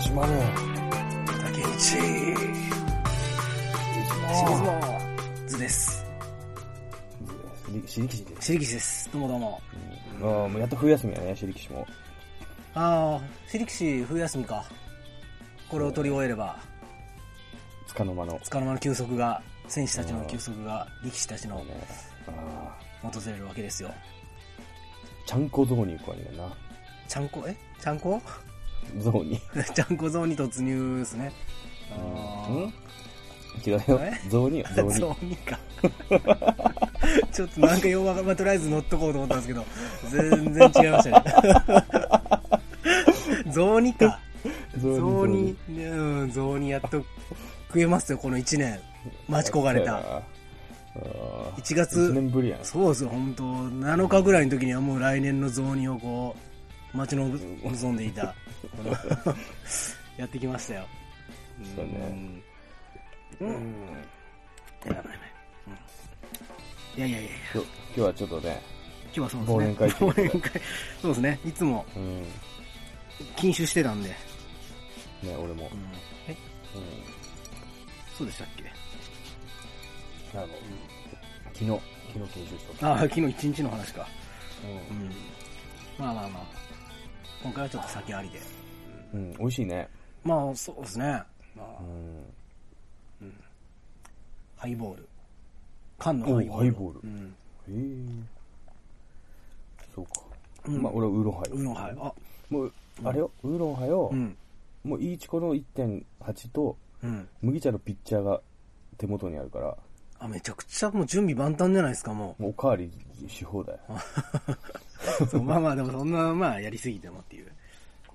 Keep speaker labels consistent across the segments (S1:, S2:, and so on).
S1: 島の竹内シズです。
S2: しりきしです。
S1: シリキシです。どうもどうも。
S2: ああ、もうやっと冬休みやね、しりきしも。
S1: あー、シリキシ冬休みか。これを取り終えれば、
S2: つかの間の。
S1: つかの間の休息が、選手たちの休息が、力士たちの
S2: ねああ、
S1: 訪れるわけですよ。
S2: ちゃんこゾーンに行くわけだな。
S1: ちゃんこ、えちゃんこ
S2: ゾーンに。
S1: ちゃんこゾーンに突入ですね。あー
S2: ん違うよ
S1: え。
S2: ゾーンによ、ゾーン
S1: ゾ
S2: に。
S1: ーニか。 ちょっとなんかようわかんまあ、とりあえず乗っとこうと思ったんですけど、全然違いました ね。ゾーニか。
S2: ゾ
S1: ゾ
S2: ーニ
S1: ーニ、うん、ゾーニやっと食えますよ、この1年。待ち焦がれ
S2: あ
S1: た。
S2: あ。
S1: 1
S2: 1
S1: 月、
S2: 年ぶりやん。
S1: そうですよ、本当7日ぐらいの時にはもう来年のゾーニをこう、待ちの望んでいた。 このやってきましたよ。
S2: そうね
S1: うん。うん。やばいやばい。うんいやいやいやいや。
S2: きょ今日はちょっとね、
S1: 今日はそうですね。
S2: 忘年会
S1: 忘年会そうですね。いつも
S2: うん。
S1: 禁酒してたんで。
S2: ね、俺も
S1: う。ん、え、
S2: うん。
S1: そうでしたっけ
S2: あの、昨日、昨日研修しとった。
S1: ああ、昨日一日の話か。
S2: う
S1: うん。まあまあまあ。今回はちょっと酒ありで。
S2: ん。うん、美味しいね。
S1: まあ、そうですね。まあ
S2: う、ん。
S1: ハイボール。缶の
S2: お
S1: ハイボール。
S2: ハイボール
S1: うん。
S2: へえ。そうか。
S1: うん
S2: まあ、俺はウーロンハイ。
S1: ウーロンハイ。あ、
S2: もう、あれよ、ウーロンハイを
S1: う、ん。
S2: もういいチコの1.8と、
S1: うん。
S2: 麦茶のピッチャーが手元にあるから、
S1: あ、めちゃくちゃもう準備万端じゃないですか、も
S2: もうおかわりし放題。
S1: う。 そうまあまあ、でもそんな、まあ、やりすぎてもっていう。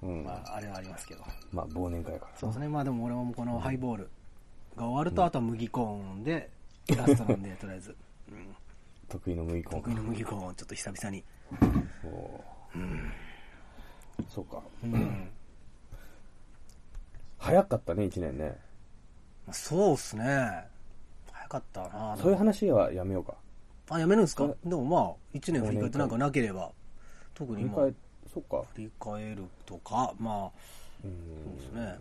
S2: うん。
S1: ま
S2: ま
S1: あ、あれはありますけど。
S2: あ、忘年会やから
S1: そうですね、まあでも俺はもうこのハイボールが終わると、あとは麦コーンで、ラストなんで、と りあえず、うん、
S2: 得意の麦コン
S1: 得意の麦コーンをちょっと久々に、
S2: おーそうか。
S1: うん
S2: 早かったね、1年ね。
S1: まあそうっすね、早かったな、でも
S2: そういう話はやめようか。
S1: あ、やめるんですか
S2: それ
S1: でもまあ、1年振り返ってなんかなければ、特
S2: 振
S1: に
S2: り
S1: 今
S2: 返、そうか。
S1: 振り返るとか、まあ、
S2: う
S1: そうです
S2: ん。
S1: ね、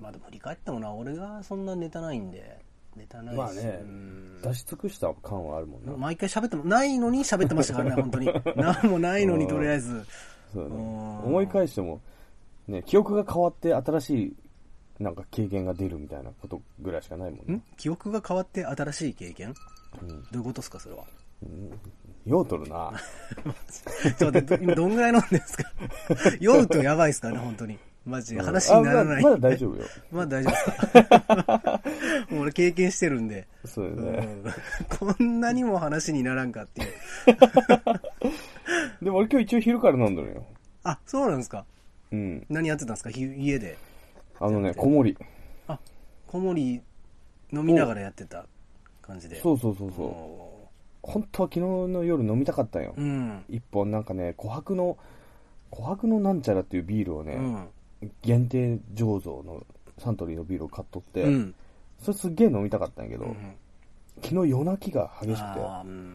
S1: まあでも振り返ってもな、俺がそんなネタないんで、ネタないし、
S2: まあね
S1: うん、
S2: 出し尽くした感はあるもんな。
S1: 毎回喋っても、ないのに喋ってましたからね、本 当に。なんもないのに、とりあえず。
S2: そうだね。
S1: うん
S2: 思い返しても、ね、記憶が変わって新しい、なんか経験が出るみたいなことぐらいしかないもん
S1: ん
S2: ね。
S1: 記憶が変わって新しい経験
S2: うん。
S1: どういうことですか、それは。
S2: ようとるな。
S1: ちょっと待ってど今どんぐらい飲んでるんですか 酔うとやばいですからね、本当に。マジで話にならない。
S2: あまだまだ大丈 夫よ。
S1: まだ大丈夫です かもう俺経験してるんで。
S2: そう
S1: う
S2: だよね。
S1: んこんなにも話にならんかっていう。
S2: でも俺今日一応昼から飲んどるよ。
S1: あ、そうなんですか。
S2: うん。
S1: 何やってたんですかひ家で。
S2: あのね、子守り。
S1: あ、小森飲みながらやってた感じで。
S2: そうそうそうそう。
S1: お
S2: 本当は昨日の夜飲みたかったんよ
S1: ーう。ん。
S2: 一本なんかね、琥珀の、琥珀のなんちゃらっていうビールを
S1: う
S2: ね、
S1: ん。
S2: 限定醸造のサントリーのビールを買っとって、
S1: うん。
S2: それすっげえ飲みたかったんやけど、
S1: うん
S2: 昨日夜泣きが激しくて、
S1: あーうん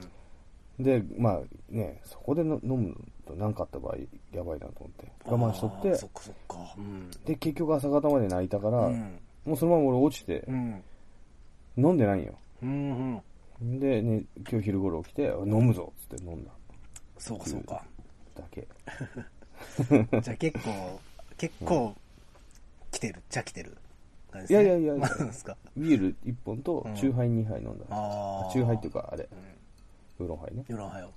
S2: で、まあね、そこでの飲むと何かあった場合、やばいなと思って、我慢しとっ
S1: あー
S2: て
S1: そっ、かそっか。うん。
S2: で、結局朝方まで泣いたから、
S1: うん。
S2: もうそのまま俺落ちて
S1: う、ん。
S2: 飲んでないんよ。
S1: うんうん。で
S2: で、ね、今日昼頃起きて、飲むぞっつって飲んだ
S1: そうかそうか。
S2: だけ。
S1: じゃあ結構、結構、来てる、じゃあ来てる感じ
S2: いやいやいやいや
S1: まあなんですか。
S2: ビール1本と
S1: うん、
S2: チューハイ2杯飲んだ。
S1: ああ。
S2: チューハイっていうか、あれ、ウーロンハイね。
S1: 夜はよ。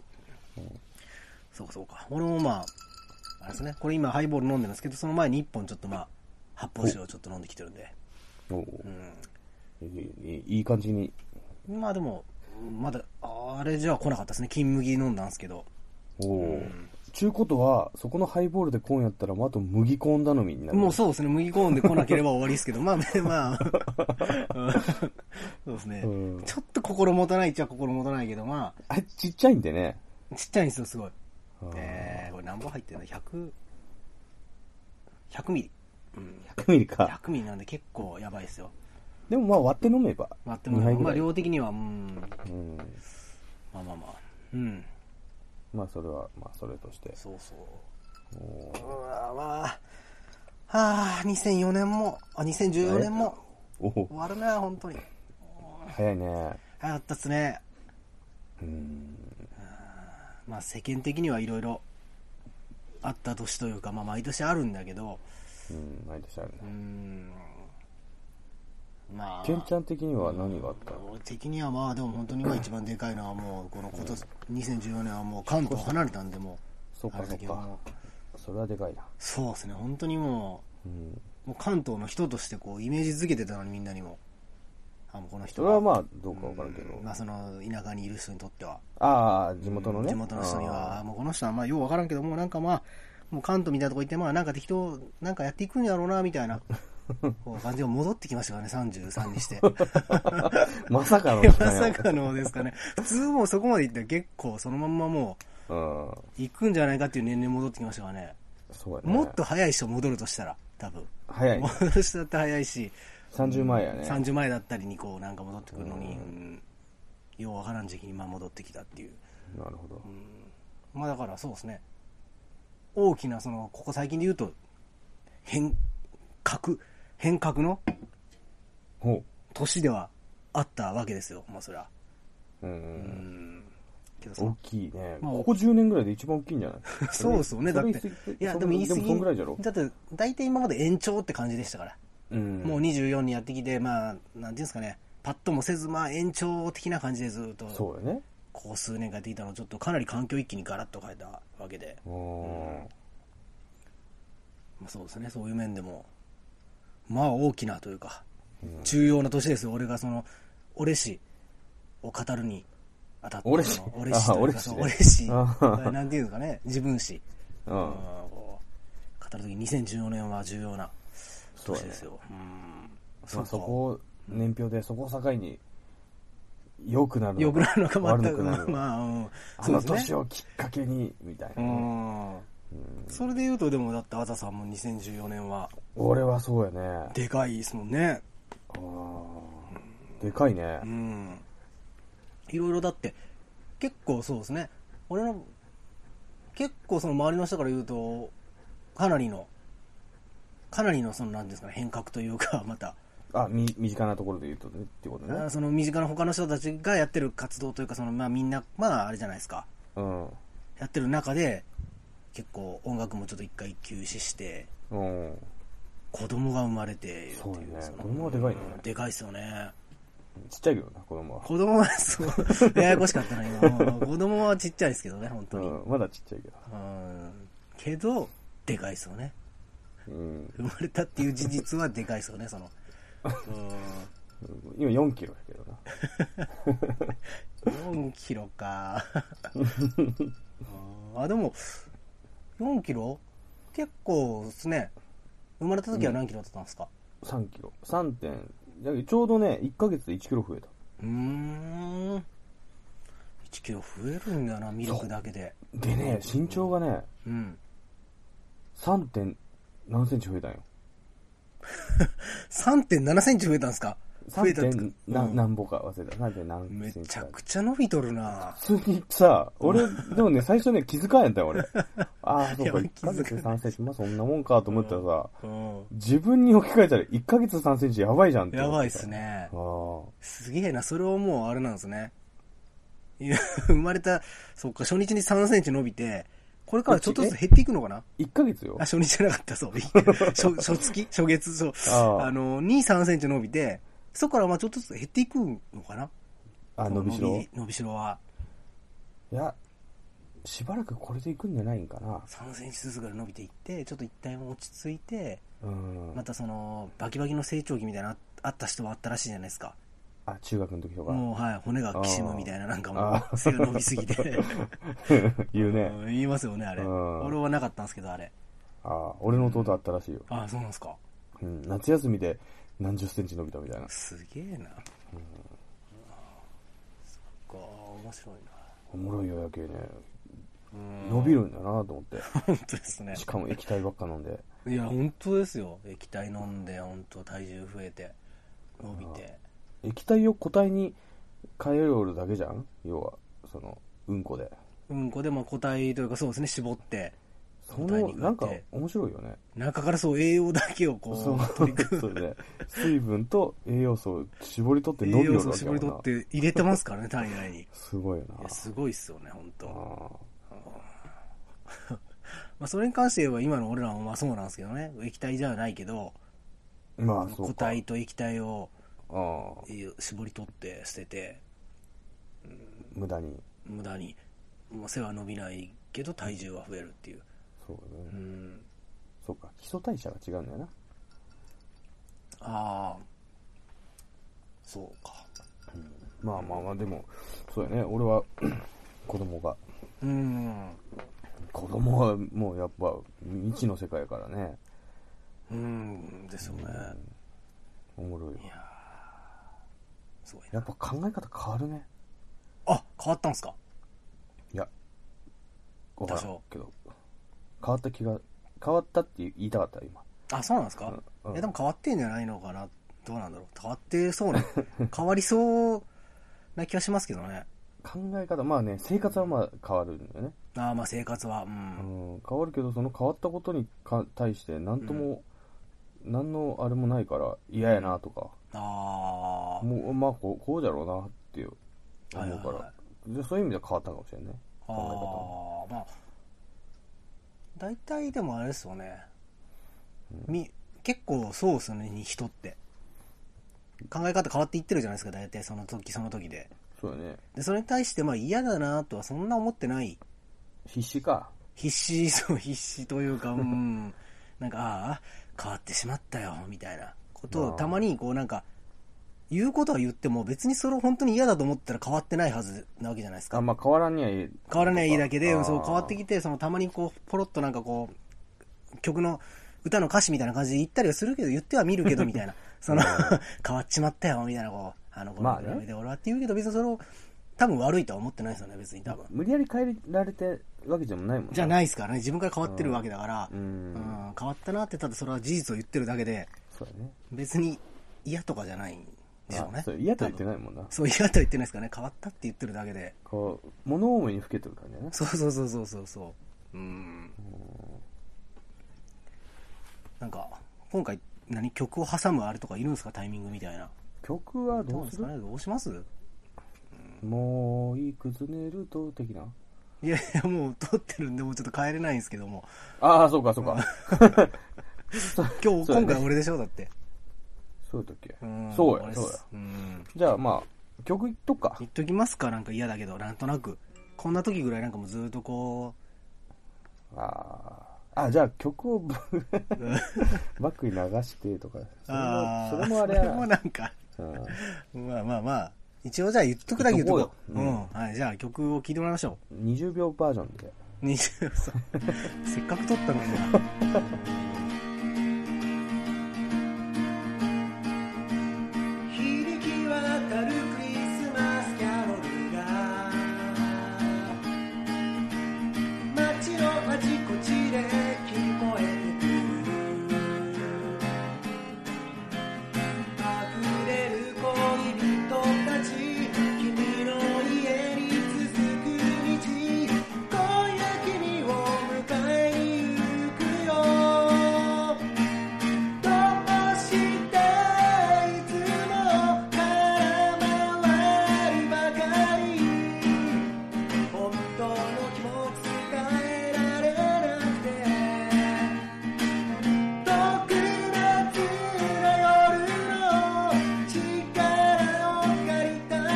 S1: そうかそうか。俺もまあ、あれですね。これ今ハイボール飲んでるんですけど、その前に一本ちょっとまあ、発泡酒をちょっと飲んできてるんで。
S2: おう
S1: う
S2: いいいいい感じに。
S1: ん。まあでも、まだ、あれじゃ来なかったですね。金麦飲んだんですけど。
S2: おお、ちゅうことは、そこのハイボールでコーンやったら、もうあと麦コーン頼みになる。
S1: もうそうですね、麦コーンで来なければ終わりですけど、まあ、ね、まあ、うんそうですね、
S2: うん
S1: ちょっと心もたないっちゃ心もたないけど、ま
S2: あれちっちゃいんでね。
S1: あ、ちっちゃいんですよ、すごい。
S2: あー
S1: え ー、これ何本入ってるの ?100、100ミリ。うん、
S2: 100ミリか。
S1: 100ミリなんで結構やばいですよ。
S2: でもまあ割って飲めば。
S1: まあ、で
S2: 二
S1: も、
S2: 杯ぐ
S1: ま
S2: ら
S1: あ、
S2: い
S1: 量的には、うん、
S2: うん。
S1: まあまあまあ、うん、
S2: まあそれは、まあそれとして。
S1: そうそう。
S2: おー
S1: うわまあ、ああ、2004年も、あ、2014年も、
S2: おお
S1: 終わるな、本当に。
S2: 早いね。
S1: 早かったっすね。
S2: うん。
S1: まあ世間的にはいろいろあった年というか、まあ毎年あるんだけど、
S2: うん、毎年あるね
S1: うー。ん、まあ。
S2: ケンちゃん的には何があったの
S1: 俺的にはまあでも本当に今一番でかいのはもうこの今年2014年はもう関東離れたんでも
S2: そう
S1: あ
S2: か
S1: れ
S2: そ
S1: だ
S2: う
S1: けど
S2: か
S1: も。
S2: それはでかいな。
S1: そうですね本当にも
S2: うん。
S1: うもう関東の人としてこうイメージづけてたのにみんなにもあもうこの人
S2: それはまあ、どうかわからんけど。
S1: まあその田舎にいる人にとっては
S2: ああ、地元のね。
S1: 地元の人には
S2: あ
S1: もうこの人はまあようわからんけどもうなんかまあもう関東みたいなとこ行ってまあなんか適当なんかやっていくんやろうなみ たいなこう感じで戻ってきましたからね33にして。
S2: ー。まさかの
S1: いや
S2: 時
S1: ま
S2: 間や
S1: さかのですかね。普通もうそこまで行ったら結構そのまんまも
S2: うん。
S1: う行くんじゃないかっていう年齢戻ってきましたからね。
S2: そうやね。
S1: もっと早い人戻るとしたら、多分。
S2: 早いね。
S1: 戻る人だって早いし、
S2: 30前やね。
S1: 30前だったりにこうなんか戻ってくるのに、うんようわからん時期にまあ戻ってきたっていう。
S2: なるほど。
S1: まあだからそうですね。大きなその、ここ最近で言うと、変革、変革の
S2: ほ
S1: 年ではあったわけですよ。まあそれは。
S2: う。うんう。
S1: うんん。けどその
S2: 大きいね。
S1: まあ
S2: ここ10年ぐらいで一番大きいんじゃない
S1: そうですよね、だ
S2: そ
S1: っ
S2: れ
S1: て
S2: それそれ。
S1: いや、
S2: そん
S1: でも言い過ぎ。
S2: でもそんぐらいじゃろ
S1: だって、大体今まで延長って感じでしたから。
S2: うん。
S1: もう24にやってきて、まあ、なんていうんですかね、パッともせず、まあ延長的な感じでずっと、
S2: そうやね。
S1: こう数年間やってきたのを、ちょっとかなり環境一気にガラッと変えたわけで、
S2: うん。
S1: まあ、そうですね、そういう面でも、まあ大きなというか、重要な年ですよ、俺がその、俺氏を語るにあたって、
S2: 俺氏
S1: その俺氏というか、
S2: あ
S1: その
S2: 俺
S1: 俺
S2: 氏
S1: 氏、
S2: ね
S1: なんていうんですかね、自分氏。
S2: うん。
S1: うんこう語るとき2014年は重要な
S2: そうや
S1: 年
S2: ね
S1: で。すよ。うん
S2: まあ、そ
S1: か
S2: こを年表で、そこを境に、良くなるのか。
S1: 良くなるのか全
S2: 悪
S1: く、
S2: くなるのか。
S1: まあ、うん、
S2: あの年
S1: ね。
S2: をきっかけに、みたいうなね、
S1: ん。それで言うと、でもだって、あざさんも2014年は、
S2: 俺はそうやね。
S1: でかいですもんね。
S2: あーでかいね
S1: う。ん。いろいろだって、結構そうですね。俺の、結構その周りの人から言うと、かなりの、かなりのその、なんていうんですかね、変革というか、 また、
S2: あ、み、身近なところで言うとね、ってこと
S1: あ
S2: ね
S1: ー。その身近な他の人たちがやってる活動というか、そのまあみんな、まああれじゃないですか、
S2: うん。
S1: やってる中で、結構音楽もちょっと一回休止して、
S2: うん。
S1: 子供が生まれているって
S2: そう
S1: いう。
S2: ね
S1: その
S2: 子供はでかいね
S1: うんでかいっすよね。
S2: ちっちゃいけどな、子供は。
S1: 子供は、そう、ややこしかったな、今。うん子供はちっちゃいですけどね、本
S2: う
S1: 当に。うん
S2: ん、まだちっちゃいけど。
S1: けど、でかいっすよね。
S2: うん。
S1: 生まれたっていう事実はでかいっすよね、その。
S2: 今4キロやけどな。
S1: 4キロか。あーあ、でも、4キロ結構ですね。生まれた時は何キロだったんですか
S2: 3キロ。3点。だけどちょうどね、1ヶ月で1キロ増えた。
S1: うーん。1キロ増えるんだな、ミルクだけで。
S2: でね、身長がね、
S1: うん。
S2: 3. 点何センチ増えたんよ。
S1: 3.7センチ増えたんですか増え
S2: 3
S1: たって
S2: 点
S1: う
S2: 何、
S1: ん
S2: 何歩か忘れた。3点何
S1: め
S2: センチ
S1: ち
S2: か
S1: ゃくちゃ伸びとるな
S2: 普通にさ、俺、でもね、最初ね、気づかんやったよ、俺。 ああ、そう
S1: い
S2: か、
S1: や
S2: 1ヶ月で3センチ、まあそんなもんかと思ったらさ、
S1: うん。
S2: 自分に置き換えたら1ヶ月3センチやばいじゃんって思
S1: や
S2: て
S1: ばいっす。ね
S2: あ。あ。
S1: すげえな、それをもうあれなんですね。いや、生まれた、そっか、初日に3センチ伸びて、これからちょっとずつ減っていくのかな
S2: 1ヶ月よ
S1: あ、。初日じゃなか った、そう。初初月初月、そう。
S2: あ
S1: あ
S2: あ
S1: の、2、3センチ伸びて、そこからまあちょっとずつ減っていくのかな
S2: あ、伸びしろ。い
S1: 伸びしろは。
S2: や、しばらくこれでいくんじゃないんかな。
S1: 3センチずつぐらい伸びていって、ちょっと一体も落ち着いて、
S2: うん
S1: ま。たその、バキバキの成長期みたいなのああった人はあったらしいじゃないですか。
S2: あ、中学の時とか。
S1: もう、はい、骨がきしむみたいな、なんかも
S2: あ
S1: う、背が伸びすぎて。
S2: 言うね。
S1: うん言いますよね、あれ。
S2: うん
S1: 俺はなかったんですけど、あれ。
S2: ああ、俺の弟あったらしいよ。
S1: ああ、そうなんですか。
S2: うん、夏休みで何十センチ伸びたみたいな。
S1: すげえな。そっか、面白いな。
S2: おもろいよ、やけね。
S1: うん
S2: 伸びるんだなと思って。
S1: 本当ですね。
S2: しかも液体ばっか飲んで。
S1: いや、本当ですよ。液体飲んで、本当体重増えて、伸びて。
S2: 液体を固体に変えるだけじゃん要は、その、うんこで。
S1: うんこで、まあ、個体というか、そうですね、絞って、
S2: そ
S1: のタイ
S2: の
S1: ミングが
S2: な
S1: あっ
S2: ん
S1: て
S2: か面白いよね
S1: 中からそう栄養だけをこ
S2: そう
S1: 取り組
S2: そう
S1: む
S2: だね水分と栄養素を絞り取って飲
S1: 栄
S2: みよ
S1: 養
S2: る
S1: 素を
S2: わけや
S1: 絞
S2: も
S1: り
S2: んな
S1: 取って入れてますからね体内にい
S2: すごいよな
S1: やすごいっすよね本当。ま
S2: あ
S1: あそれに関して言えば今の俺らもまあそうなんですけどね液体じゃないけど
S2: ーまあそう
S1: 固
S2: か
S1: 体と液体を
S2: ああ
S1: いや絞り取って捨てて
S2: 無駄に
S1: 無駄に、まあ、背は伸びないけど体重は増えるっていう
S2: そうだね、
S1: うん
S2: そうか基礎代謝が違うんだよな
S1: ああそうか
S2: まあまあまあでもそうだね俺は 子供が
S1: うん
S2: 子供はもうやっぱ未知の世界やからね
S1: うんですよね
S2: おもろいよ
S1: いやーすごい
S2: や
S1: な
S2: っぱ考え方変わるね
S1: あ変わったんすか
S2: いやわから
S1: 多
S2: ん
S1: 少
S2: けど変わった気が変わったって言いたかった今
S1: あそうなんですか、
S2: うんうん
S1: えでも変わってんじゃないのかなどうなんだろう変わってそう な変わりそうな気がしますけどね
S2: 考え方まあね生活はまあ変わるんだよね、
S1: ああまあ生活はう、
S2: うんん、変わるけどその変わったことにか対して何とも、何のあれもないから嫌やなとか、
S1: ああ
S2: もうまあこうこうじゃろうなっていう
S1: は
S2: 思
S1: いは
S2: う
S1: い
S2: から、
S1: はい
S2: でそういう意味では変わったかもしれないね
S1: あ
S2: 考え方も
S1: あまあ大体でもあれですよね、み結構そうですよね人って考え方変わっていってるじゃないですか大体その時その時で
S2: そうだね
S1: でそれに対してまあ嫌だなとはそんな思ってない
S2: 必死か
S1: 必死そう必死と いうかうんなんかああ変わってしまったよみたいなことを
S2: ああ
S1: たまにこうなんか言うことは言っても別にそれを本当に嫌だと思ったら変わってないはずなわけじゃないですか
S2: あまあ変わらんにはいい
S1: 変わらないだけで、そう変わって
S2: き
S1: きて、そのたまにこう、ポロッとなんかこう、曲の、歌の歌詞みたいな感じで言ったりはするけど、言っては見るけどみ たいな、その、変わっちまったよみたいな、こう、あの子
S2: ま
S1: の
S2: あ
S1: 比
S2: ね
S1: べで俺はって言うけど、別にそれを、多分悪いとは思ってないですよね、別に多分。
S2: 無理やり変えられてるわけじゃないもんね
S1: じゃないですからね、自分から変わってるわけだから、
S2: う
S1: うん
S2: ん、
S1: 変わったなって、ただそれは事実を言ってるだけで、
S2: そうだね
S1: 別に嫌とかじゃないんでしょう
S2: あ
S1: ね。
S2: そう嫌とは言って
S1: い。
S2: ないもんな
S1: そう、嫌とは言ってないですからね、変わったって言ってるだけで。
S2: こう物思いにふけてる感じだね
S1: そうそうそうそうそうそううんなんか今回何曲を挟むあれとかいるんですかタイミングみたいな
S2: 曲は
S1: ど
S2: ど
S1: う
S2: う
S1: ですす
S2: る
S1: かねどうします
S2: もういくつ寝ると的ない
S1: やいやもう撮ってるんでもうちょっと帰れないんですけども
S2: ああそうかそうか
S1: 今日
S2: そうだね
S1: 今回俺でしょだって
S2: そうだっけ
S1: ん
S2: そう
S1: 俺
S2: や
S1: っ
S2: そうや
S1: すうん
S2: じゃあまあ曲いっとくか
S1: 言っときますかなんか嫌だけどなんとなくこんな時ぐらいなんかもうずっとこ
S2: あーあじゃあ曲を ぶバックに流してとか
S1: うあ
S2: それ
S1: ー
S2: もそれもあれや
S1: それもなんか
S2: な、うん
S1: まあまあまあ一応じゃあ言っとくだけ言っとこう
S2: 言っとこう
S1: う
S2: よ
S1: ん、はい、じゃあ曲を聴いてもらいましょう
S2: 20秒バージョンで
S1: 20歳せっかく撮ったのにな響き渡るクリスマスキャロルが街のあちこちで聞こえてくる溢れる恋人たち君の家に続く道今夜君を迎えに行くよどうしていつも空回るばかり本当の気持ち伝えられなくて特別な夜の力を借りたら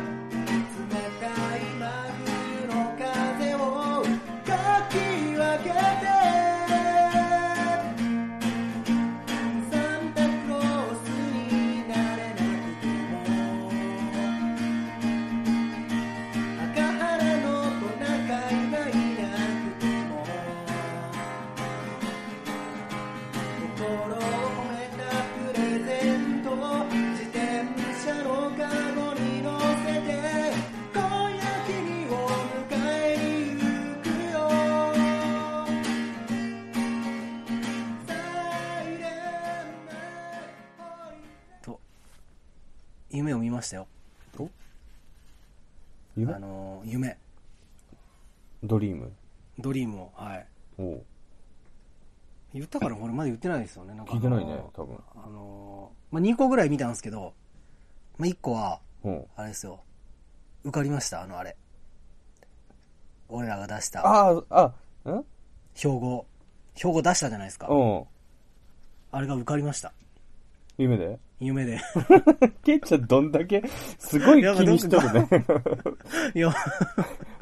S1: 冷たい真冬の風をかき分けてサンタクロースになれなくても赤原のトナカイがいなくても心を込めたプレゼントを自転車のカゴに乗せて今夜君を迎えに行くよと夢を見ましたよ
S2: お夢
S1: あの夢
S2: ドリーム
S1: ドリームを。はい。
S2: おう
S1: 言ったからこれまだ言ってないですよね。なんか
S2: 聞いてないね、多分。
S1: あのーまあ、2個ぐらい見たんですけど、まあ、1個は、
S2: うん。
S1: あれですよ。受かりましたあの、あれ。俺らが出した、
S2: ああ、あ、んうん。
S1: 標語。標語出したじゃないですか。あれが受かりました。
S2: 夢で
S1: 夢で。
S2: ケンちゃんどんだけ、すごい気にしとる ね。
S1: いや、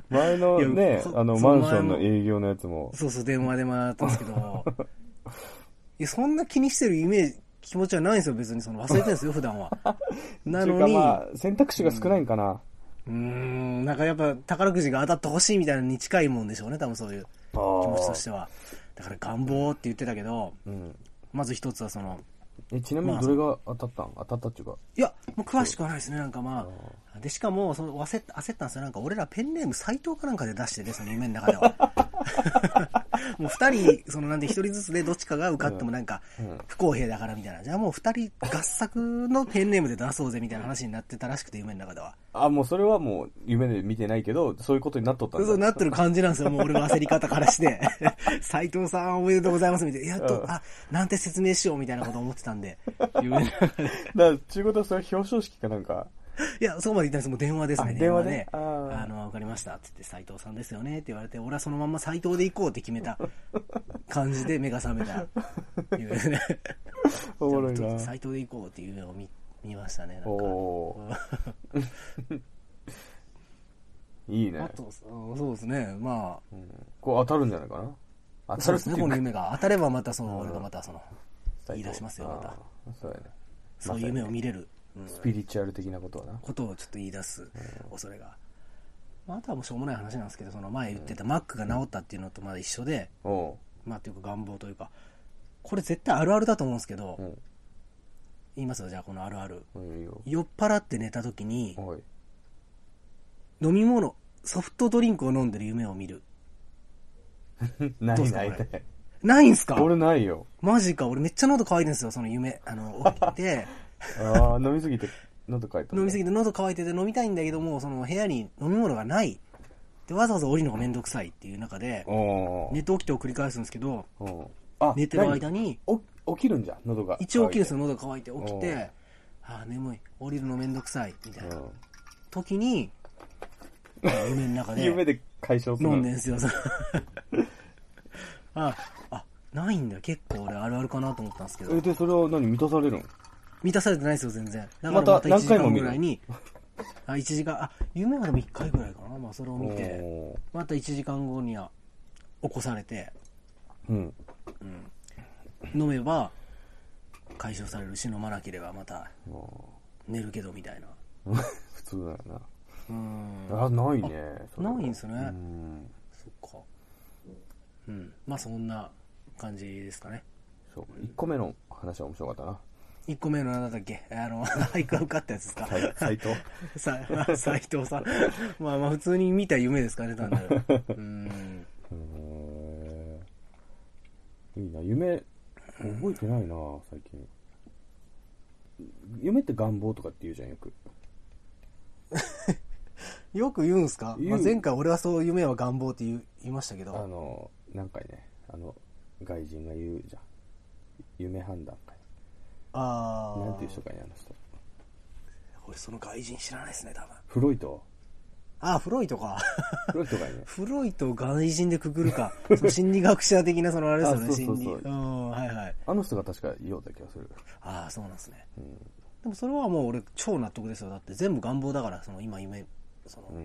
S2: 前の
S1: いや
S2: ね、
S1: そ
S2: あの、
S1: その
S2: マ
S1: 前の
S2: ンションの営業のやつも、
S1: そうそう、電話で回ったんですけど、 いや、そんな気にしてるイメージ、気持ちはないんですよ、別に。その忘れてるんですよ、普段は。 な
S2: とい
S1: の
S2: うか
S1: に、
S2: まあ、選択肢が少ないんかな。
S1: うーん、なんかやっぱ宝くじが当たってほしいみたいなのに近いもんでしょうね、多分そういう
S2: 気
S1: 気持ちとしては。だから願望って言ってたけど、
S2: うん。
S1: まず一つはその、
S2: え、ちなみにどれが当たったん当たったっていうか。
S1: いや、もう詳しくはないですね、なんかまあ。で、しかも、その、焦った、焦ったんですよ。なんか、俺らペンネーム斎藤かなんかで出してね、その夢の中では。 もう二人、その、なんで一人ずつでどっちかが受かってもなんか
S2: うん、
S1: 不公平だからみたいな。じゃあもう二人合作のペンネームで出そうぜ、みたいな話になってたらしくて、夢の中では。
S2: あ、もうそれはもう夢で見てないけど、そういうことになっとったんだ。
S1: そうなってる感じなんですよ、もう俺の焦り方から して。斎藤さんおめでとうございます、みたいな。やっと、
S2: うん
S1: あ、なんて説明しよう、みたいなこと思ってた んで。夢の中で
S2: だから、ちゅうことはそれ表彰式かなんか。
S1: いや、そこまで言ったんです。もう電話ですね。
S2: あ電話ね
S1: 電話で
S2: あー
S1: あの、わかりました。って言って、斎藤さんですよね。って言われて、俺はそのまま斎藤で行こうって決 めた感じで目が覚めた。いうね。
S2: おもろいな。
S1: 斎藤で行こうっていうのを見見ましたね。なんか
S2: おー。いい
S1: あ
S2: ね。
S1: と、そうそうですね。まあ、
S2: こう当たるんじゃないかな当た
S1: そう
S2: る
S1: で
S2: っ
S1: す
S2: てい
S1: ね。
S2: うか
S1: この夢が当たればまたその、俺がまたその、言い出しますよまた
S2: あーそうやね。
S1: そういう夢を見れる。うん
S2: スピリチュアル的なことはな。
S1: ことをちょっと言い出す恐れが、まあ、あとはもうしょうもない話なんですけどその前言ってたマックが治ったっていうのとまだ一緒で、
S2: おう
S1: まあというか願望というかこれ絶対あるあるだと思うんですけど、
S2: うん。
S1: 言いますよじゃあこのあるある
S2: うん、いいよ。
S1: 酔っ払って寝た時に
S2: おい。
S1: 飲み物ソフトドリンクを飲んでる夢を見る
S2: な
S1: どうで
S2: い
S1: すか
S2: ないな
S1: こ
S2: い。
S1: ないんすか
S2: 俺ないよ。
S1: マジか俺めっちゃ喉乾いてんですよその夢あの起き て
S2: ああ、飲みすぎて、喉かいた。
S1: 飲みすぎて喉乾いてて飲みたいんだけどもうその部屋に飲み物がないでわざわざ降りるのがめんどくさいっていう中で
S2: お
S1: 寝て起きてを繰り返すんですけど
S2: お。あ
S1: 寝てる間に
S2: 何お起きるんじゃん、喉が。
S1: 一応起きるんです
S2: よ。
S1: よ喉乾いて起き
S2: お
S1: て
S2: う
S1: ああ眠い降りるのめんどくさいみたいな
S2: うん
S1: 時にあの夢の中で
S2: 夢で解消するの。
S1: 飲んでんすよ そのああないんだ結構俺あるあるかなと思ったんですけ
S2: え、
S1: ど
S2: で、それは何満たされるん
S1: 満たされてないですよ全然だから
S2: また
S1: また1
S2: 何
S1: 時
S2: 回も
S1: 間
S2: 見る
S1: ぐらいにあ1時間あ夢はでも1回ぐらいかな、まあ、それを見て
S2: おー
S1: また1時間後には起こされて
S2: うん。
S1: 飲めば解消されるし飲まなければまた
S2: あー
S1: 寝るけどみたいな
S2: 普通だよな。
S1: うん
S2: あ、ないね。それは
S1: ないんですね
S2: うん。
S1: そっか。うん。まあそんな感じですかね。
S2: そう。1個目の話は面白かったな。
S1: 1個目の何だっけあの、俳句が受かったやつですか
S2: はい 斎藤。
S1: さ、斎藤さん。まあまあ普通に見た夢ですかね、単なる。 うん。
S2: へーいいな、夢、覚えてないな、最近。夢って願望とかって言うじゃん、よく。
S1: よく言うんすか、
S2: 言う
S1: まあ、前回俺はそう夢は願望って言う言いましたけ
S2: あ
S1: ど。
S2: の、何回ね、あの、外人が言うじゃん。夢判断会。
S1: ああ。
S2: なんていう人かにあの人。
S1: 俺その外人知らないですね、多分。
S2: フロイト。
S1: ああ、フロイトか。 。
S2: フロイトがね
S1: フロイトを外人でくくるか。その心理学者的な、そのあれですよね、
S2: あそうそうそう
S1: 心理。うん、はいはい。
S2: あの人が確か言おうた気がする。
S1: ああ、そうなんですね。
S2: うん。
S1: でもそれはもう俺超納得ですよだって全部願望だからその今夢その
S2: うん。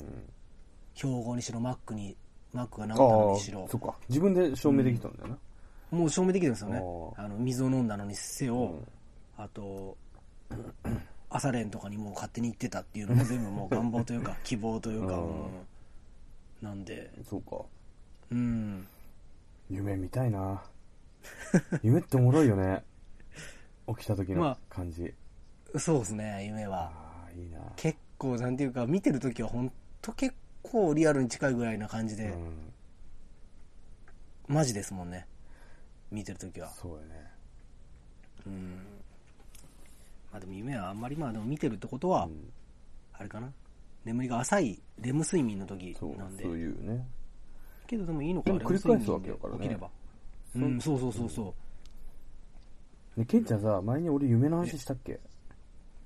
S1: 標語にしろマックにマックが治
S2: ああ
S1: ったのにしろ
S2: ー、そっか。自分で証明できたんだよな。
S1: もう証明できてるんですよね
S2: おー
S1: あの水を飲んだのにせよ、
S2: うん
S1: あと 朝練とかにもう勝手に行ってたっていう のも全部もう願望というか希望というか、
S2: うん
S1: うんなんで
S2: そうか。
S1: うん
S2: 夢見たいな 夢っておもろいよね起きた時
S1: ま
S2: の
S1: あ
S2: 感じ、
S1: そうですね夢は
S2: ああいいな
S1: 結構なんていうか見てる時はほんと結構リアルに近いぐらいな感じ
S2: う
S1: で、
S2: ん
S1: マジですもんね見てる時は
S2: そうやね
S1: うんまあでも夢はあんまりまあでも見てるってことは
S2: うん
S1: あれかな、眠りが浅いレム睡眠の時
S2: そう
S1: なんで
S2: そういうね
S1: けどでもいいのか
S2: でも
S1: あれ
S2: 繰り返すわけだからね
S1: 起きれば。う、
S2: そうん
S1: そうそうそうそう。
S2: ね、ケンちゃんさ、前に俺夢の話したっけ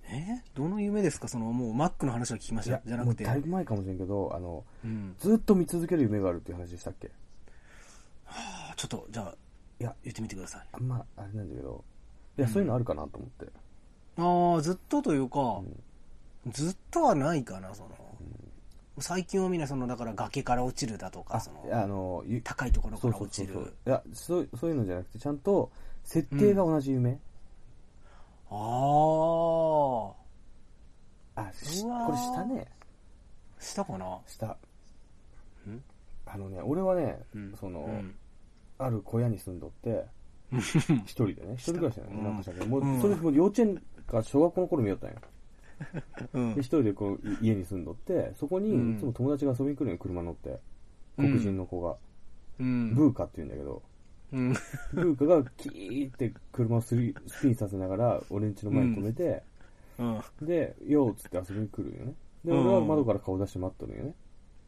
S1: えどの夢ですかその、もうマックの話は聞きました。じゃなくて
S2: もう。だいぶ前かもしれんけど、あの、
S1: うん。
S2: ずっと見続ける夢があるっていう話したっけ
S1: あちょっと、じゃあ、
S2: いや、
S1: 言ってみてください。
S2: あんま、あれなんだけど、いや、そういうのあるかなと思って。
S1: ああ、ずっとというか、ずっとはないかな、その。最近はみんな、その、だから崖から落ちるだとか、
S2: あ
S1: そ、
S2: いや
S1: の、
S2: あの、ゆ
S1: 高いところか
S2: そう
S1: ら
S2: そう
S1: 落
S2: そ
S1: ち
S2: うそう
S1: る。。
S2: いやそう、そういうのじゃなくて、ちゃんと、設定が同じ夢、
S1: ああ、
S2: あ、し
S1: うわー
S2: これ下ね。
S1: したかな
S2: 下。
S1: ん
S2: あのね、俺はね、
S1: うん
S2: その、
S1: うん
S2: ある小屋に住んど って、一人でね、一人暮らしだよ
S1: う
S2: ね。
S1: ん
S2: なんかしたけど、もう、
S1: うん
S2: それもう幼稚園か小学校の頃見よったんよ。
S1: うん
S2: で、一人でこう、い家に住んどって、そこ
S1: うん
S2: にいつも友達が遊びに来るのよ、車乗って。
S1: うん
S2: 黒人の子が。
S1: うん。
S2: ブーカって言うんだけど、
S1: うん。
S2: ブーカがキーって車をスリスピンさせながら、俺ん家の前に止めて、
S1: うん。
S2: で、よーっつって遊びに来るんよね。で、
S1: うん
S2: 俺は窓から顔出して待っとるんよね。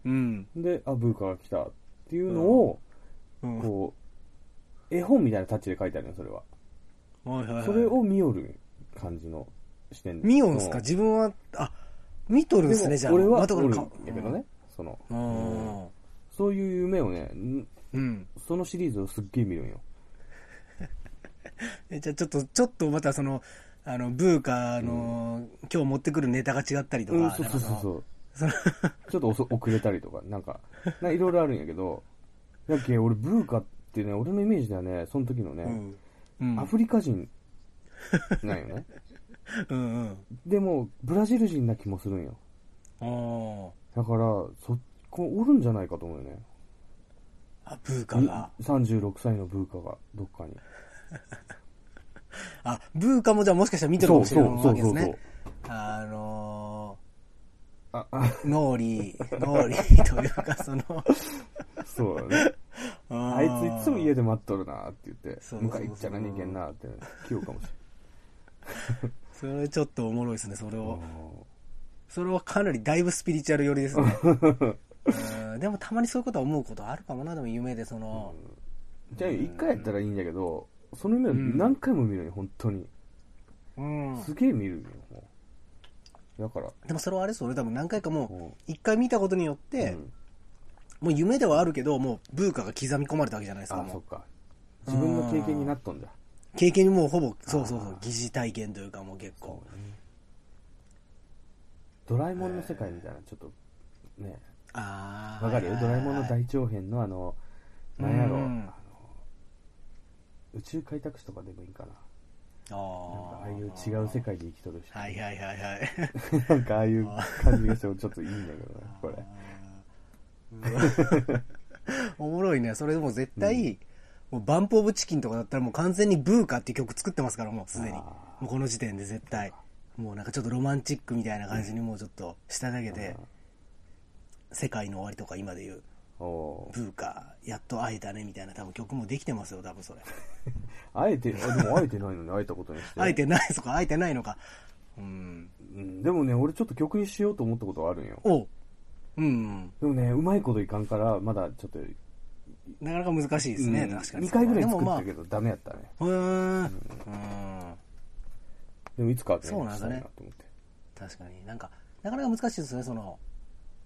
S1: うん。
S2: で、あ、ブーカが来たっていうのを、
S1: うん
S2: こう、絵本みたいなタッチで書いてあるの、それは。
S1: はいはいはい
S2: それを見よる感じの視点
S1: 見よんすか
S2: うん
S1: 自分は、あ、見とるんすね、じ
S2: で
S1: ゃあ。
S2: も俺は、
S1: 窓
S2: お
S1: か
S2: る
S1: ら
S2: ん
S1: か
S2: だけどね。その、
S1: うん。うん
S2: そういう夢をね、ん
S1: うん。
S2: そのシリーズをすっげえ見るんよ。
S1: えじゃあちょっと、ちょっとまたその、あの、ブーカの、今日持ってくるネタが違ったりとか。。
S2: うん、そうそうそうそうう。
S1: その
S2: ちょっと遅遅れたりとか、なんか、なんかいろいろあるんやけど、だっけ、俺、ブーカってね、俺のイメージではね、その時のね、
S1: うん。うん
S2: ア。フリカ人なんよね。
S1: うんうん。
S2: でも、ブラジル人な気もするんよ。
S1: お
S2: だから、そこおるんじゃないかと思うよね。
S1: ーあ、ブーカが。
S2: 36歳のブーカが、どっかに。
S1: あ、ブーカもじゃあもしかしたら見てるか
S2: そ
S1: も
S2: う
S1: しれ
S2: そ
S1: ない
S2: そうそうそう
S1: うわけですね。。あの
S2: あ、あ、
S1: ー、脳 裏、脳裏というか、その、
S2: そうだね。 あいついつも家
S1: で。
S2: で待っとるなって言って
S1: そう、
S2: 向かい行っちゃ何いけんなって、器用かもし
S1: それちょっとおもろいですね、それ
S2: れ
S1: を
S2: な。
S1: それはかなりだいぶスピリチュアル寄りです ね。うんでもたまにそういうことは思うことあるかもな、でも夢でその、
S2: い。じゃあ、一回やったらいいんだけど、その夢を何回も見るよ、本当に。
S1: うん。
S2: すげえ見るよ、もう。だから、
S1: でもそれはあれです俺多分何回か
S2: う
S1: も
S2: ん
S1: う、一回見たことによって、
S2: うん
S1: もう夢ではあるけど、もうブーカが刻み込まれたわけじゃないですか、
S2: あ、
S1: も
S2: そうっ。か。自分の経験になっとんだ。
S1: 経験にもうほぼ、そうそうそう、疑似体験というかもう結構。
S2: ドラえもんの世界みたいな、ちょっと、ね。
S1: あー
S2: わかるよ
S1: はい
S2: ド
S1: はい
S2: ラえ
S1: はい
S2: もんの大長編のあの、なんやろ、
S1: う
S2: あ
S1: ん
S2: の、宇宙開拓士とかでもいいかな。なんか
S1: あ
S2: ああ
S1: ー
S2: いう違う世界で生きとるし、
S1: はいはいはいはい。
S2: なんかああいう感じがしてちょっといいんだけどね、これ。
S1: おもろいね。それでも絶対、もうバンプオブチキンとかだったらもう完全にブーカっていう曲作ってますから、もうすでに。
S2: あー
S1: もうこの時点で絶対。もうなんかちょっとロマンチックみたいな感じにもうちょっと下だけで、世界の終わりとか今で言う、
S2: おー
S1: ブーカ、やっと会えたねみたいな多分曲もできてますよ、多分それ。
S2: あえて、あでもあえてないのに会えたことにして。
S1: 会えてない、そこ会えてないのか。うん。
S2: うん、でもね、俺ちょっと曲にしようと思ったことはあるんよ。
S1: おううん。
S2: でもね、うまいこといかんから、まだちょっと、
S1: なかなか難しいですね、確かに。
S2: 2回ぐらい作
S1: でもま
S2: っ
S1: あ
S2: たけど、ダメやったね。
S1: うーん。うん。
S2: でもいつかはね
S1: そうなんだね
S2: したいと思って。
S1: 確かに。なんか、なかなか難しいですね、その、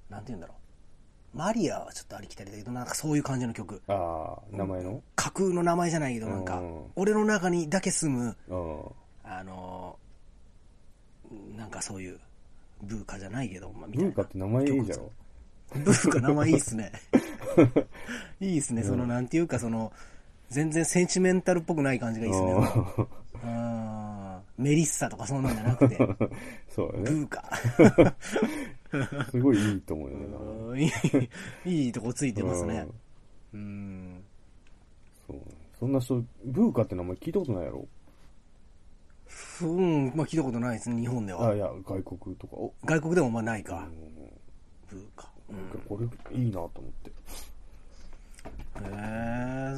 S1: なんて言うんだろう。マリアはちょっとありきたりだけど、なんかそういう感じの曲。
S2: ああ、名前の
S1: 架空の名前じゃないけど、なんか
S2: うん、
S1: 俺の中にだけ住む、
S2: う
S1: あのー、なんかそういう、ブーカじゃないけど、まあ、み
S2: ん。文化
S1: たいな。
S2: って名前いいじゃろ。
S1: ブーカ名前いいっ すね。いいっすね、その、なんていうか、その、全然センチメンタルっぽくない感じがいいっすね。
S2: うん
S1: うんメリッサとかそんなんじゃなくて、
S2: そうだ
S1: ブ
S2: ね。
S1: ーカ。
S2: すごいいいと思うよね。
S1: うんいい、い いとこついてますね。うん。
S2: そうねそんな人、ブーカって名前聞いたことないやろ
S1: ふうん、まあ聞いたことないですね、日本で
S2: あ、
S1: は。
S2: いや、外国とか。お
S1: 外国でもまあない
S2: うん
S1: か
S2: う。ん
S1: ブーカ。う
S2: うん
S1: ん
S2: これいいなと思って。
S1: へえ、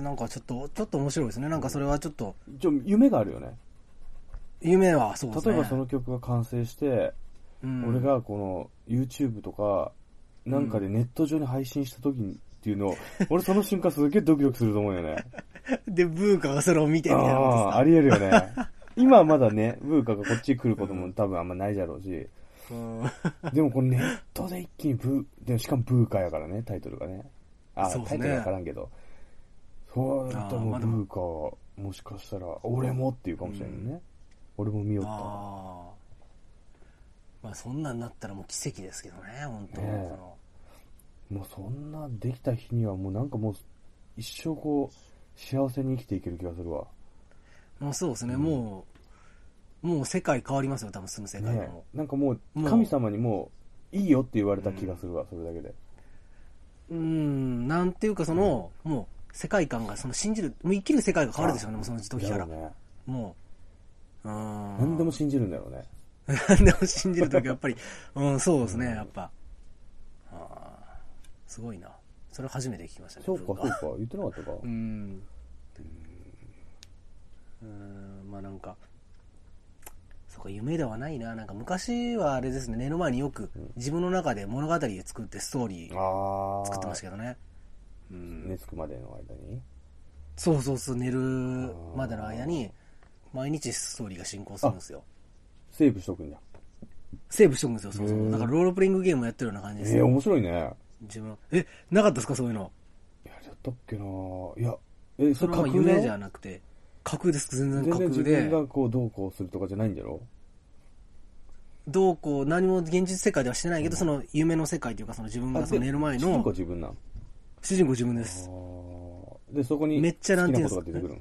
S1: なんかちょっと、ちょっと面白いですね。なんかそれはちょっと、
S2: 一応夢があるよね。
S1: 夢はそうです
S2: 例
S1: ね。
S2: えばその曲が完成して、
S1: うん
S2: 俺がこの YouTube とか、なんかでネット上に配信した時っていうのを、俺その瞬間すげえドキドキすると思うよね。
S1: で、ブーカがそれを見て
S2: あ
S1: みたいなこと
S2: あ、ありえるよね。今はまだね、ブーカがこっち来ることも多分あんまないだろうし。
S1: さうん
S2: でもこれネットで一気にブー、でしかもブーカやからね、タイトルがね。あ、
S1: そうです
S2: タ
S1: ね
S2: イトルわからんけど。そうだったらも
S1: あ
S2: う
S1: ー
S2: ブーカは、もしかしたら、俺もっていうかもしれないね。俺も見よったわ。
S1: あーまあそんなんなったらもう奇跡ですけどね本当、
S2: ねえ
S1: その
S2: もうそんなできた日にはもうなんかもう、一生こう、幸せに生きていける気がするわ。
S1: もうそうですね、もうもう世界変わりますよ多分住む世界が
S2: ね
S1: も、
S2: なんかもう、
S1: もう
S2: 神様にもう、いいよって言われた気がするわ、それだけで。
S1: ううんなんていうかその、もう世界観がその信じるもう生きる世界が変わるでしょうねもうその時
S2: だ
S1: から、
S2: ろうね。
S1: もううん
S2: 何でも信じるんだろうね。
S1: 何でも信じるときやっぱり、うん、そうですね、やっぱ。あーすごいな。それ初めて聞きましたね。
S2: そうか、
S1: 文
S2: そう
S1: 化
S2: か。言ってなかったか。
S1: うん。うん、まあなんか、そうか、夢ではないな。なんか昔はあれですね、目の前によく自分の中で物語を作ってストーリー
S2: ああ。
S1: 作ってましたけどね。う
S2: 寝
S1: ん、
S2: つくまでの間に。
S1: そうそうそう、寝るまでの間に、毎日ストーリーが進行するんですよ。
S2: セーブしとくんだ。
S1: セーブしとくんですよ、そうそ
S2: へ
S1: う。
S2: ー
S1: だからロールプレイングゲームをやってるような感じ
S2: え
S1: で
S2: え
S1: すよ。
S2: ー、面白いね。いや、
S1: 自分えなかったですかそういうの
S2: やったっけなぁ。いや、え、
S1: そ
S2: そ
S1: れ
S2: れ
S1: はまあ
S2: 架空
S1: 夢じゃ
S2: の
S1: なくて架空です全然
S2: 全
S1: 架
S2: 然
S1: 空
S2: 自分
S1: で
S2: がこう、どうこうするとかじゃないんだろ
S1: どうこう何も現実世界ではしてないけど、その夢の世界というかその自分がその
S2: で
S1: 寝る前
S2: 主人公は
S1: の
S2: 自分なん。
S1: 主人公自分で
S2: あ
S1: す
S2: ーで、そこに
S1: めっちゃなんていうん
S2: 好き
S1: です
S2: な
S1: か
S2: ことが出てくるん。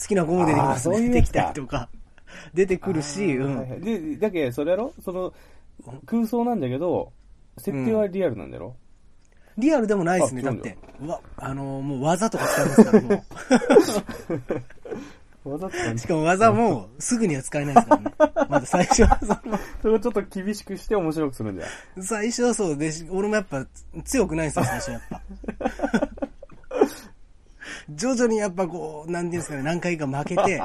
S1: 好きな子も出てきます
S2: あーそうい
S1: ね
S2: う
S1: 出
S2: や
S1: て
S2: つ
S1: き
S2: か
S1: たりとか 出てくるし、
S2: あ
S1: う
S2: ーはい
S1: ん、
S2: はいで、だけどそれやろその
S1: うん、
S2: 空想なんだけど、設定はリアルなんだろ、
S1: リアルでもないですね
S2: あ
S1: だ
S2: 違
S1: っ
S2: うんだ
S1: てうわあのーもう技とか使いますからも
S2: わざと
S1: うしかも技もすぐには使えないですからねまだ最初は その
S2: それをちょっと厳しくして面白くするんじゃん。
S1: 最初はそうでし俺もやっぱ強くな いんですよ、最初やっぱ。徐々にやっぱこう、なんていうんですかね、何回か負けて、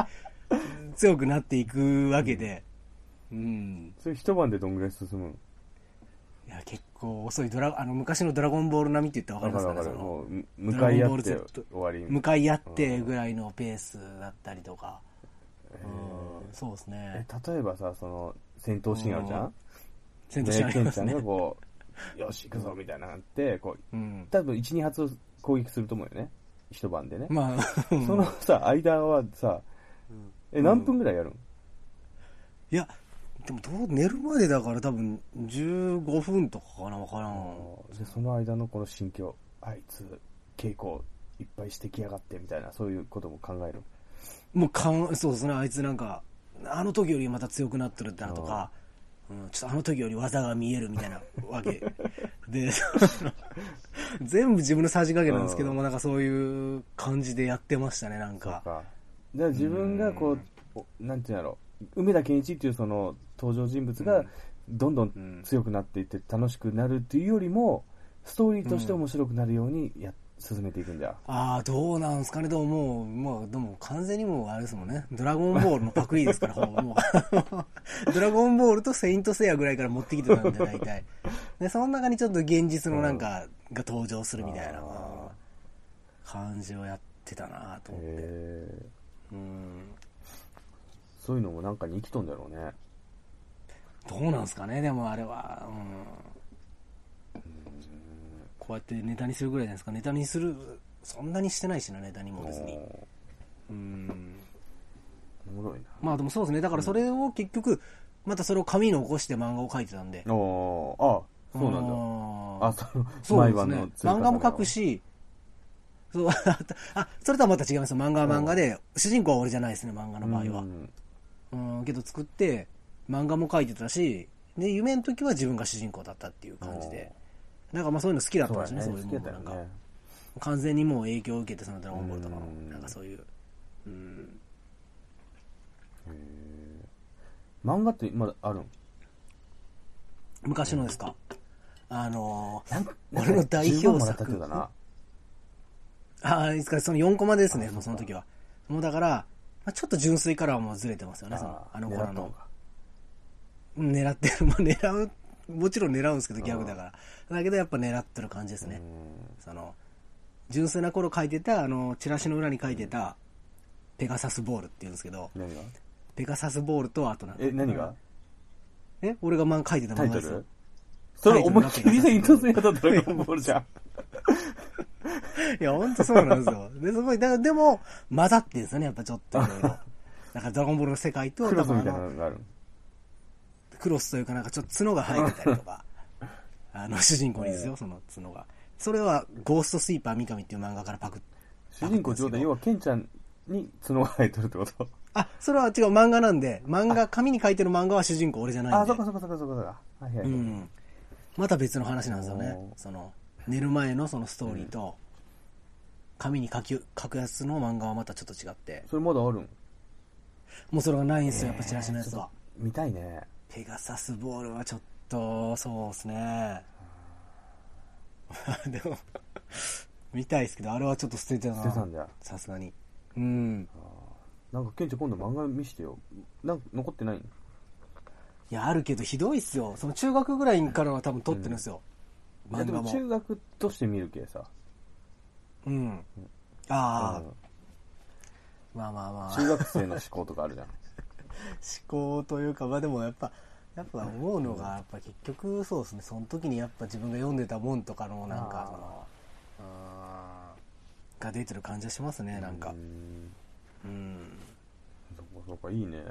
S1: 強くなっていくわけで、うん。
S2: それ一晩でどんぐらい進むん
S1: いや、結構遅いドラ、あの、昔のドラゴンボール並みって言ったらわか
S2: わ
S1: り
S2: か
S1: ま
S2: る
S1: す
S2: わ
S1: か
S2: か
S1: ね、
S2: る。も
S1: その、
S2: う、向かい合って
S1: ドラゴンボール Z
S2: 終わり。
S1: 向かい合ってぐらいのペースだったりとか、うん、そうです
S2: え
S1: ね。
S2: 例えばさその戦闘シーンあるじゃ
S1: うん
S2: ん
S1: 戦闘シーンありま
S2: ち
S1: す
S2: ゃん
S1: ね
S2: が。こうよし行くぞみたいなのってこう
S1: うん。
S2: 多分12発攻撃すると思うよね一晩でね、
S1: まあ、
S2: そのさ間はさえ何分ぐらいやるん、
S1: いや、でもどう、寝るまでだから多分15分とかかな、わからん。
S2: でその間のこの心境あいつ稽古いっぱいしてきやがってみたいなそういうことも考える
S1: もうかん、そうですね、あいつなんか、あの時よりまた強くなってるだとか、うん、ちょっとあの時より技が見えるみたいなわけで、その全部自分のさじ加減なんですけども、なんかそういう感じでやってましたね、な
S2: そ
S1: ん
S2: う
S1: か。
S2: かじゃあ自分がこうおなんていうんだろう梅田健一っていうその登場人物
S1: う
S2: が
S1: ん
S2: どんど
S1: うん
S2: ん強くなっていって楽しくなるっていうよりもストーリーとして面白くなるようにや進めていくんだ
S1: ああ、どうなんですかね、でももう、まあ、でも完全にもうあれですもんね、ドラゴンボールのパクリですから、ほぼもう、 ドラゴンボールとセイントセイヤぐらいから持ってきてたんで、大体。で、その中にちょっと現実のなんか、が登場するみたいな
S2: あ
S1: 感じをやってたなと
S2: へ
S1: 思って。
S2: え
S1: うん。
S2: そういうのもなんかに生きとんだろうね
S1: どうなんですかね、でもあれは、うん。こうやってネタにするぐらいじゃないですか、ネタにする、そんなにしてないしな、ネタにも別に。うん。
S2: おもろいな
S1: まあでもそうですね。だからそれを結局、またそれを紙に起こして漫画を描いてたんで。
S2: おーあそうなんだ
S1: だ
S2: あその
S1: そう
S2: 毎
S1: です
S2: 晩の。
S1: ね漫画も描く
S2: し
S1: し、そう、 あとあ、それとはまた違いますよ。漫画は漫画で、主人公は俺じゃないですね、漫画の場合は。うん、けど作って、漫画も描いてたし、で、夢の時は自分が主人公だったっていう感じで。なんかまあそういうの好きだった
S2: そ
S1: ん
S2: うだ
S1: ですね、
S2: ね
S1: そ
S2: 好
S1: ういう
S2: き
S1: も
S2: だっ
S1: の
S2: たよ
S1: なんか
S2: ね。
S1: 完全にもう影響を受けて、そのドラゴンボールとかの
S2: う、ん
S1: なんかそういう。うん。
S2: 漫画ってまだあるん
S1: 昔のですか。あのー
S2: なんか
S1: 俺の代表作
S2: 10万もらったって言うたな
S1: ああ、いつかその4コマですね、もうその時は。もうだから、まあ、ちょっと純粋からはもうずれてますよね、その、あの
S2: 狙
S1: 頃
S2: ったの
S1: の。
S2: か
S1: うん狙ってる、 まあ狙う、もちろん狙うんですけど、ギャグだから。だけどやっぱ狙ってる感じですね。その、純粋な頃書いてた、あの、チラシの裏に書いてた、ペガサスボールって言うんですけど、
S2: 何が
S1: ペガサスボールと、あとなんか
S2: え、何が
S1: え俺が漫画書いてた
S2: タ
S1: 漫
S2: イ
S1: 画
S2: ト
S1: ですよ
S2: ル。それ
S1: タイトル
S2: 思いっきりさ、伊藤さんやったドラゴンボールじゃん。
S1: いや、ほんとそうなんですよ。で、すごい、だからでも、混ざってんですよね、やっぱちょっといろいろ。なんか、ドラゴンボールの世界と、
S2: クロスみ
S1: 多
S2: たいな
S1: 分あの
S2: のがある。
S1: クロスというかなんかちょっと角が生えてたり とか、あの、主人公にですよ、その角が。それは、ゴーストスイーパー三上っていう漫画からパクっ
S2: 主人公上で、要はケンちゃんに角が生えてるってこと
S1: あ、それは違う、漫画なんで、漫画、紙に書いてる漫画は主人公俺じゃないんで。
S2: あ、そっかそっかそっかそっかそっか。はいは
S1: う
S2: いはい。
S1: ん。また別の話なんですよね
S2: お。ー
S1: その、寝る前のそのストーリーと、紙に書き、書くやつの漫画はまたちょっと違って。
S2: それまだあるん
S1: もうそれがないんですよ、やっぱチラシのやつは。
S2: 見たいね。
S1: ペガサスボールはちょっと、そうですね。 でも、見たいですけど、あれはちょっと捨ててた
S2: 捨てた。
S1: なん
S2: じゃ。
S1: さすがに。うん。
S2: なんかケンちゃん今度漫画見してよ。なんか残ってないん
S1: いや、あるけど、ひどいっすよ。その中学ぐらいからは多分撮ってるんですよ。
S2: いや
S1: 漫
S2: で
S1: 画
S2: も
S1: も。
S2: 中学として見るけさ。
S1: うん。ああ、
S2: うん
S1: まあまあまあ。
S2: 中
S1: 思
S2: 学生の思考とかあ るじゃん。
S1: 考というか、まあでもやっぱ、やっぱ思うのが、やっぱ結局そうですね、その時にやっぱ自分が読んでたもんとかの、なんか、その、
S2: あ
S1: が出てる感じはしますね、
S2: ー
S1: なんか
S2: う。ん
S1: うん。
S2: そっかそっか、いいね。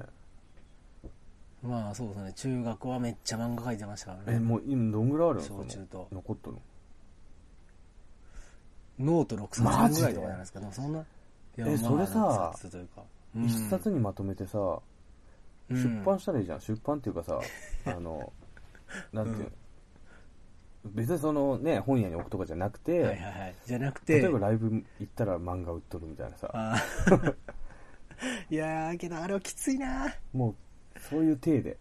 S1: まあそうですね、中学はめっちゃ漫画描いてましたから
S2: え、
S1: ね。
S2: もう今どんぐらいあるの
S1: 小中
S2: その
S1: と
S2: 残っとるの
S1: ノート6冊
S2: マ
S1: 分
S2: ジで
S1: ぐらいとかじゃないですか。でもそんな、いや
S2: えそれさ
S1: 6冊というか。うん
S2: 一冊にまとめてさ、
S1: うん
S2: 出版したらいいじゃん出版っていうか さあのなんていうの、別にそのね本屋に置くとかじゃなくて、
S1: はいはいはい。じゃなくて、
S2: 例えばライブ行ったら漫画売っとるみたいなさ
S1: あーいやー、けどあれはきついな
S2: もうそういう体で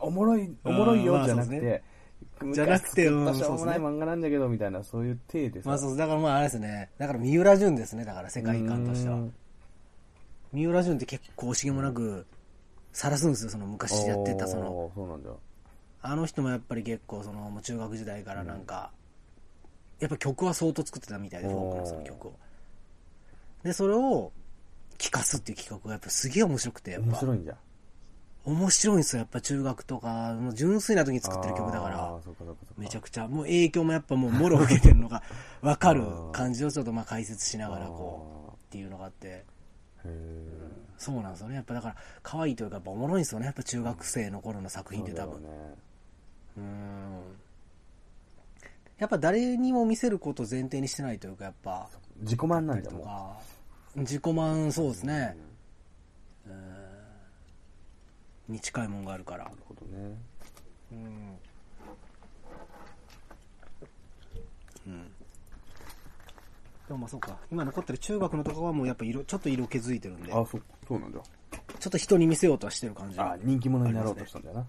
S2: おもろいおもろい
S1: あーま
S2: よ
S1: あ
S2: じゃなく
S1: そうで
S2: て、昔
S1: じゃなくて
S2: 作った
S1: うん
S2: しょうもない
S1: そ
S2: 漫画なんだけどみたいなそういう体でさ、
S1: まあそうですだからまああれですね。だから三浦淳ですね。だから世界観としては
S2: うー。ん
S1: 三浦淳って結構惜しげもなく、晒すんですよ。その昔やってたその。
S2: あーそうなんだ
S1: あの人もやっぱり結構その、もう中学時代からなんか、やっぱ曲は相当作ってたみたいで、フォークのその曲を。で、それを、聴かすっていう企画がやっぱすげえ面白くて、やっ
S2: 面
S1: ぱ。
S2: 白いんじゃ
S1: 面白いんですよ、やっぱ中学とか、もう純粋な時に作ってる曲だか
S2: あ
S1: ら
S2: ー、そうかそうかそうか
S1: めちゃくちゃ、もう影響もやっぱもうもろ受けてるの がわかる感じをちょっとまあ解説しながらこう、っていうのがあって、
S2: へー
S1: そうなんですよね。やっぱだから、可愛いというかやっぱおもろいんですよね、やっぱ中学生の頃の作品って多
S2: そ
S1: 分
S2: うだ。よね
S1: うんやっぱ誰にも見せることを前提にしてないというかやっぱ
S2: 自己満な
S1: や
S2: ん
S1: っ
S2: だ
S1: ぱり
S2: よ
S1: と
S2: もう
S1: か自己満そうですねうんに近いもんがあるから
S2: なるほどね
S1: うん、うん、でもまあそうか今残ってる中学のとかはもうやっぱ色ちょっと色気づいてるんでち
S2: あ
S1: ょ
S2: そうそうなんだ
S1: っと人に見せようとはしてる感じ
S2: あ人気者になろうとしたんだよな、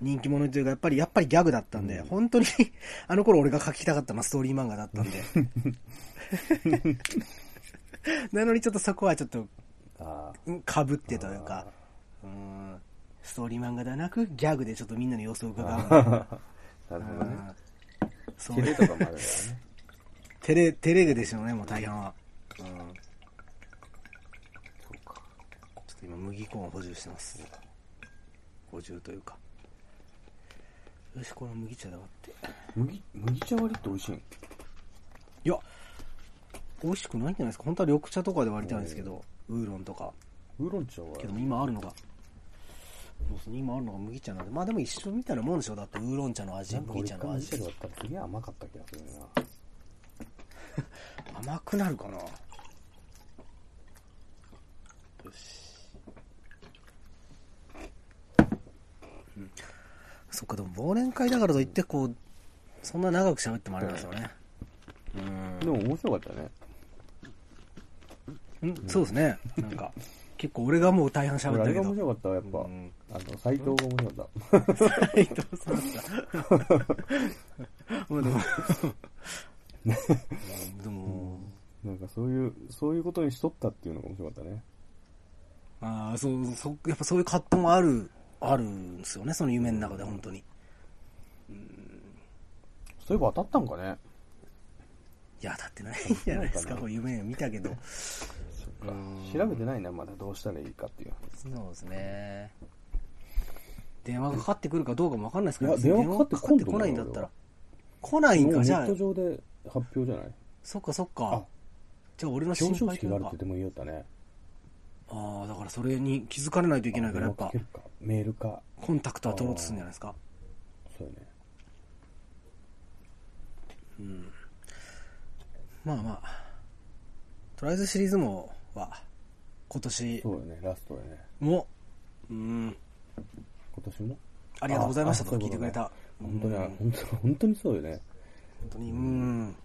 S1: 人気者というか、やっぱり、やっぱりギャグだったんで、本当に、 あの頃俺が描きたかったのはストーリー漫画だったんで。 なのにちょっとそこはちょっと、
S2: あ
S1: かぶってというか、うん、ストーリー漫画ではなく、ギャグでちょっとみんなの様子を伺うみた い
S2: あ
S1: な。
S2: なるほどね
S1: うんそう
S2: キレとかもあるからね
S1: テレ、テレでしょうね、もう大半は。うん。ちょ
S2: そうか
S1: っと今、麦コーンを補充してます。補充というか。よし、この麦茶だわって。
S2: 麦麦茶割りって美味しいん
S1: いや、美味しくないんじゃないですか。本当は緑茶とかで割りたいんですけど、ウーロンとか。
S2: ウーロン茶は
S1: けども今あるのが、そうですね、今あるのが麦茶なんで、まあでも一緒みたいなもんでしょ。だってウーロン茶の味、
S2: なんか
S1: 麦
S2: 俺
S1: 茶
S2: 一
S1: の
S2: 回麦
S1: 味
S2: 茶。で割ったらすげえ甘かった気がするな
S1: 甘くなるかな。よし。うんそっか、でも忘年会だからといって、こう、そんな長く喋ってもあれなんですよね。
S2: でも面白かったね
S1: うん、そうですね。なんか、結構俺がもう大半喋っ
S2: 俺あ
S1: た
S2: れ
S1: け
S2: が
S1: ど
S2: 面。白かったわやっぱ、
S1: うん
S2: あの斎藤が面白かった
S1: 斉藤さんだ。まあでも、でも、
S2: なんかそういうそういうことにしとったっていうのが面白かったね
S1: ああ、そう、そ、やっぱそういう葛藤もある、あるんですよね、その夢の中で、本当に。
S2: そういえば当たったんかね
S1: いや、だっ てないんじゃないです
S2: ないか
S1: か、
S2: な
S1: こういう夢見たけど。
S2: そっか
S1: うん
S2: 調べてないな、まだどうしたらいいかっていう。
S1: そうですね。電話がかかってくるかどうかもわかんないですから
S2: いや電話かかってこんと思
S1: 電話かかって
S2: う
S1: こ
S2: よ
S1: ないんだったら。来ないん
S2: もう
S1: か、
S2: ネ
S1: じゃ
S2: ッ
S1: あ
S2: ト。上で発表じゃない
S1: そっかそっ
S2: あ
S1: か。じゃあ俺の心
S2: 表彰
S1: 配
S2: 式
S1: とい
S2: があ
S1: う
S2: るっ
S1: か
S2: て。でも言いよったね。
S1: ああ、だからそれに気づかれないといけないから、や
S2: 電
S1: っぱ
S2: 話かけ、るかメールか。
S1: コンタクトは取ろうとするんじゃないですか。
S2: そうよね。
S1: うん。まあまあ。とりあえずシリーズもは、今年
S2: そうよね、ラストよね。
S1: も、うん、
S2: 今年も
S1: ありがとうございましたと
S2: ああ
S1: 聞いてくれた。
S2: 本当に、
S1: うん
S2: 本当本当にそうよね。
S1: 本当に、うん。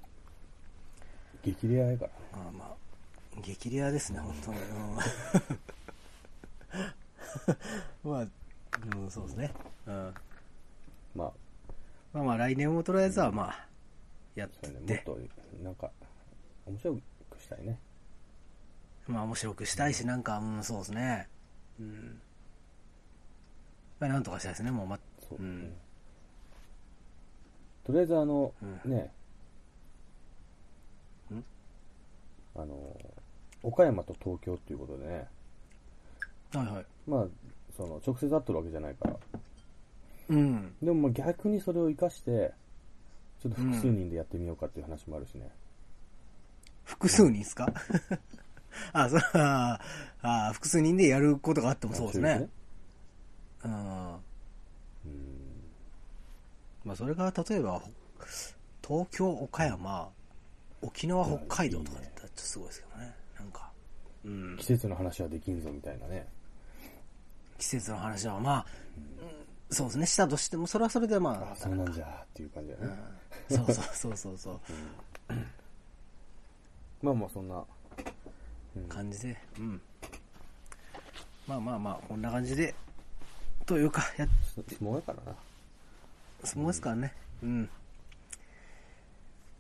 S2: 激レアやから。
S1: あーまあ、激レアですね、本当に。うん まあ、うん、そうですね。うん。
S2: まあ、
S1: まあまあ、来年もとりあえずは、まあ、やっ、
S2: そうよね、もってと、なんか、面白くしたいね。
S1: まあ、面白くしたいし、なんか、うん、そうですね。うん。まあ、なんとかしたいですね、もう、ま、
S2: そう、
S1: うん
S2: とりあえずあの、
S1: う
S2: ね
S1: ん
S2: あの岡山と東京っていうことでね
S1: はいはい。
S2: まあその直接会ってるわけじゃないから
S1: うん。
S2: でもまあ逆にそれを生かしてちょっと複数人でやってみようかっていう話もあるしね、
S1: 複数人ですか あ、そう、あーあー、複数人でやることがあってもそうですね。うん。
S2: うん
S1: まあ、それが例えば、ほ東京、岡山、沖縄、北海道とかだったらちょっとすごいですけどね。なんか、うん
S2: 季、節の話はできんぞみたいなね
S1: 季節の話は、まあ、うんそうですね、したとしても、それはそれでま
S2: あ
S1: あ、
S2: あそうなんじゃっていう感じだね、
S1: うんそうそうそうそうそう、
S2: まあまあそんな
S1: 感じで、うん。まあまあまあ、こんな感じで、というか、やっ
S2: す相撲やからな
S1: 相撲ですからね。うん。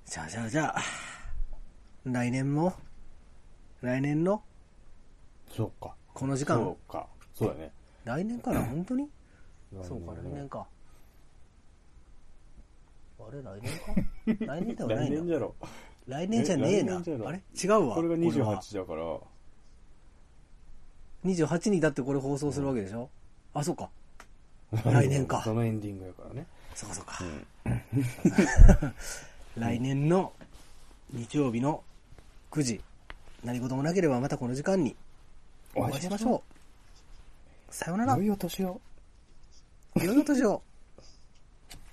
S1: じゃあじゃあじゃあ、来年も、来年の
S2: そうか
S1: この時間
S2: そ、うかそうだね
S1: 来年かな、本当にそうか、
S2: 来
S1: 来
S2: 年
S1: 年か。あれ、来年 か来年ではな
S2: 来
S1: い
S2: 年じ
S1: な。
S2: ゃろ
S1: 来年じゃねえ
S2: え来
S1: な
S2: 年じゃ。ろ
S1: あれ違うわ。
S2: これが
S1: 俺は
S2: 28だから
S1: 28にだってこれ放送するわけでしょあ、そうか。来年か
S2: そのエンディングやからね。
S1: そうかそうか。来年の日曜日の9時、何事もなければまたこの時間にお会いしましょう。さようなら。
S2: 良いお年を。
S1: 良いお年を。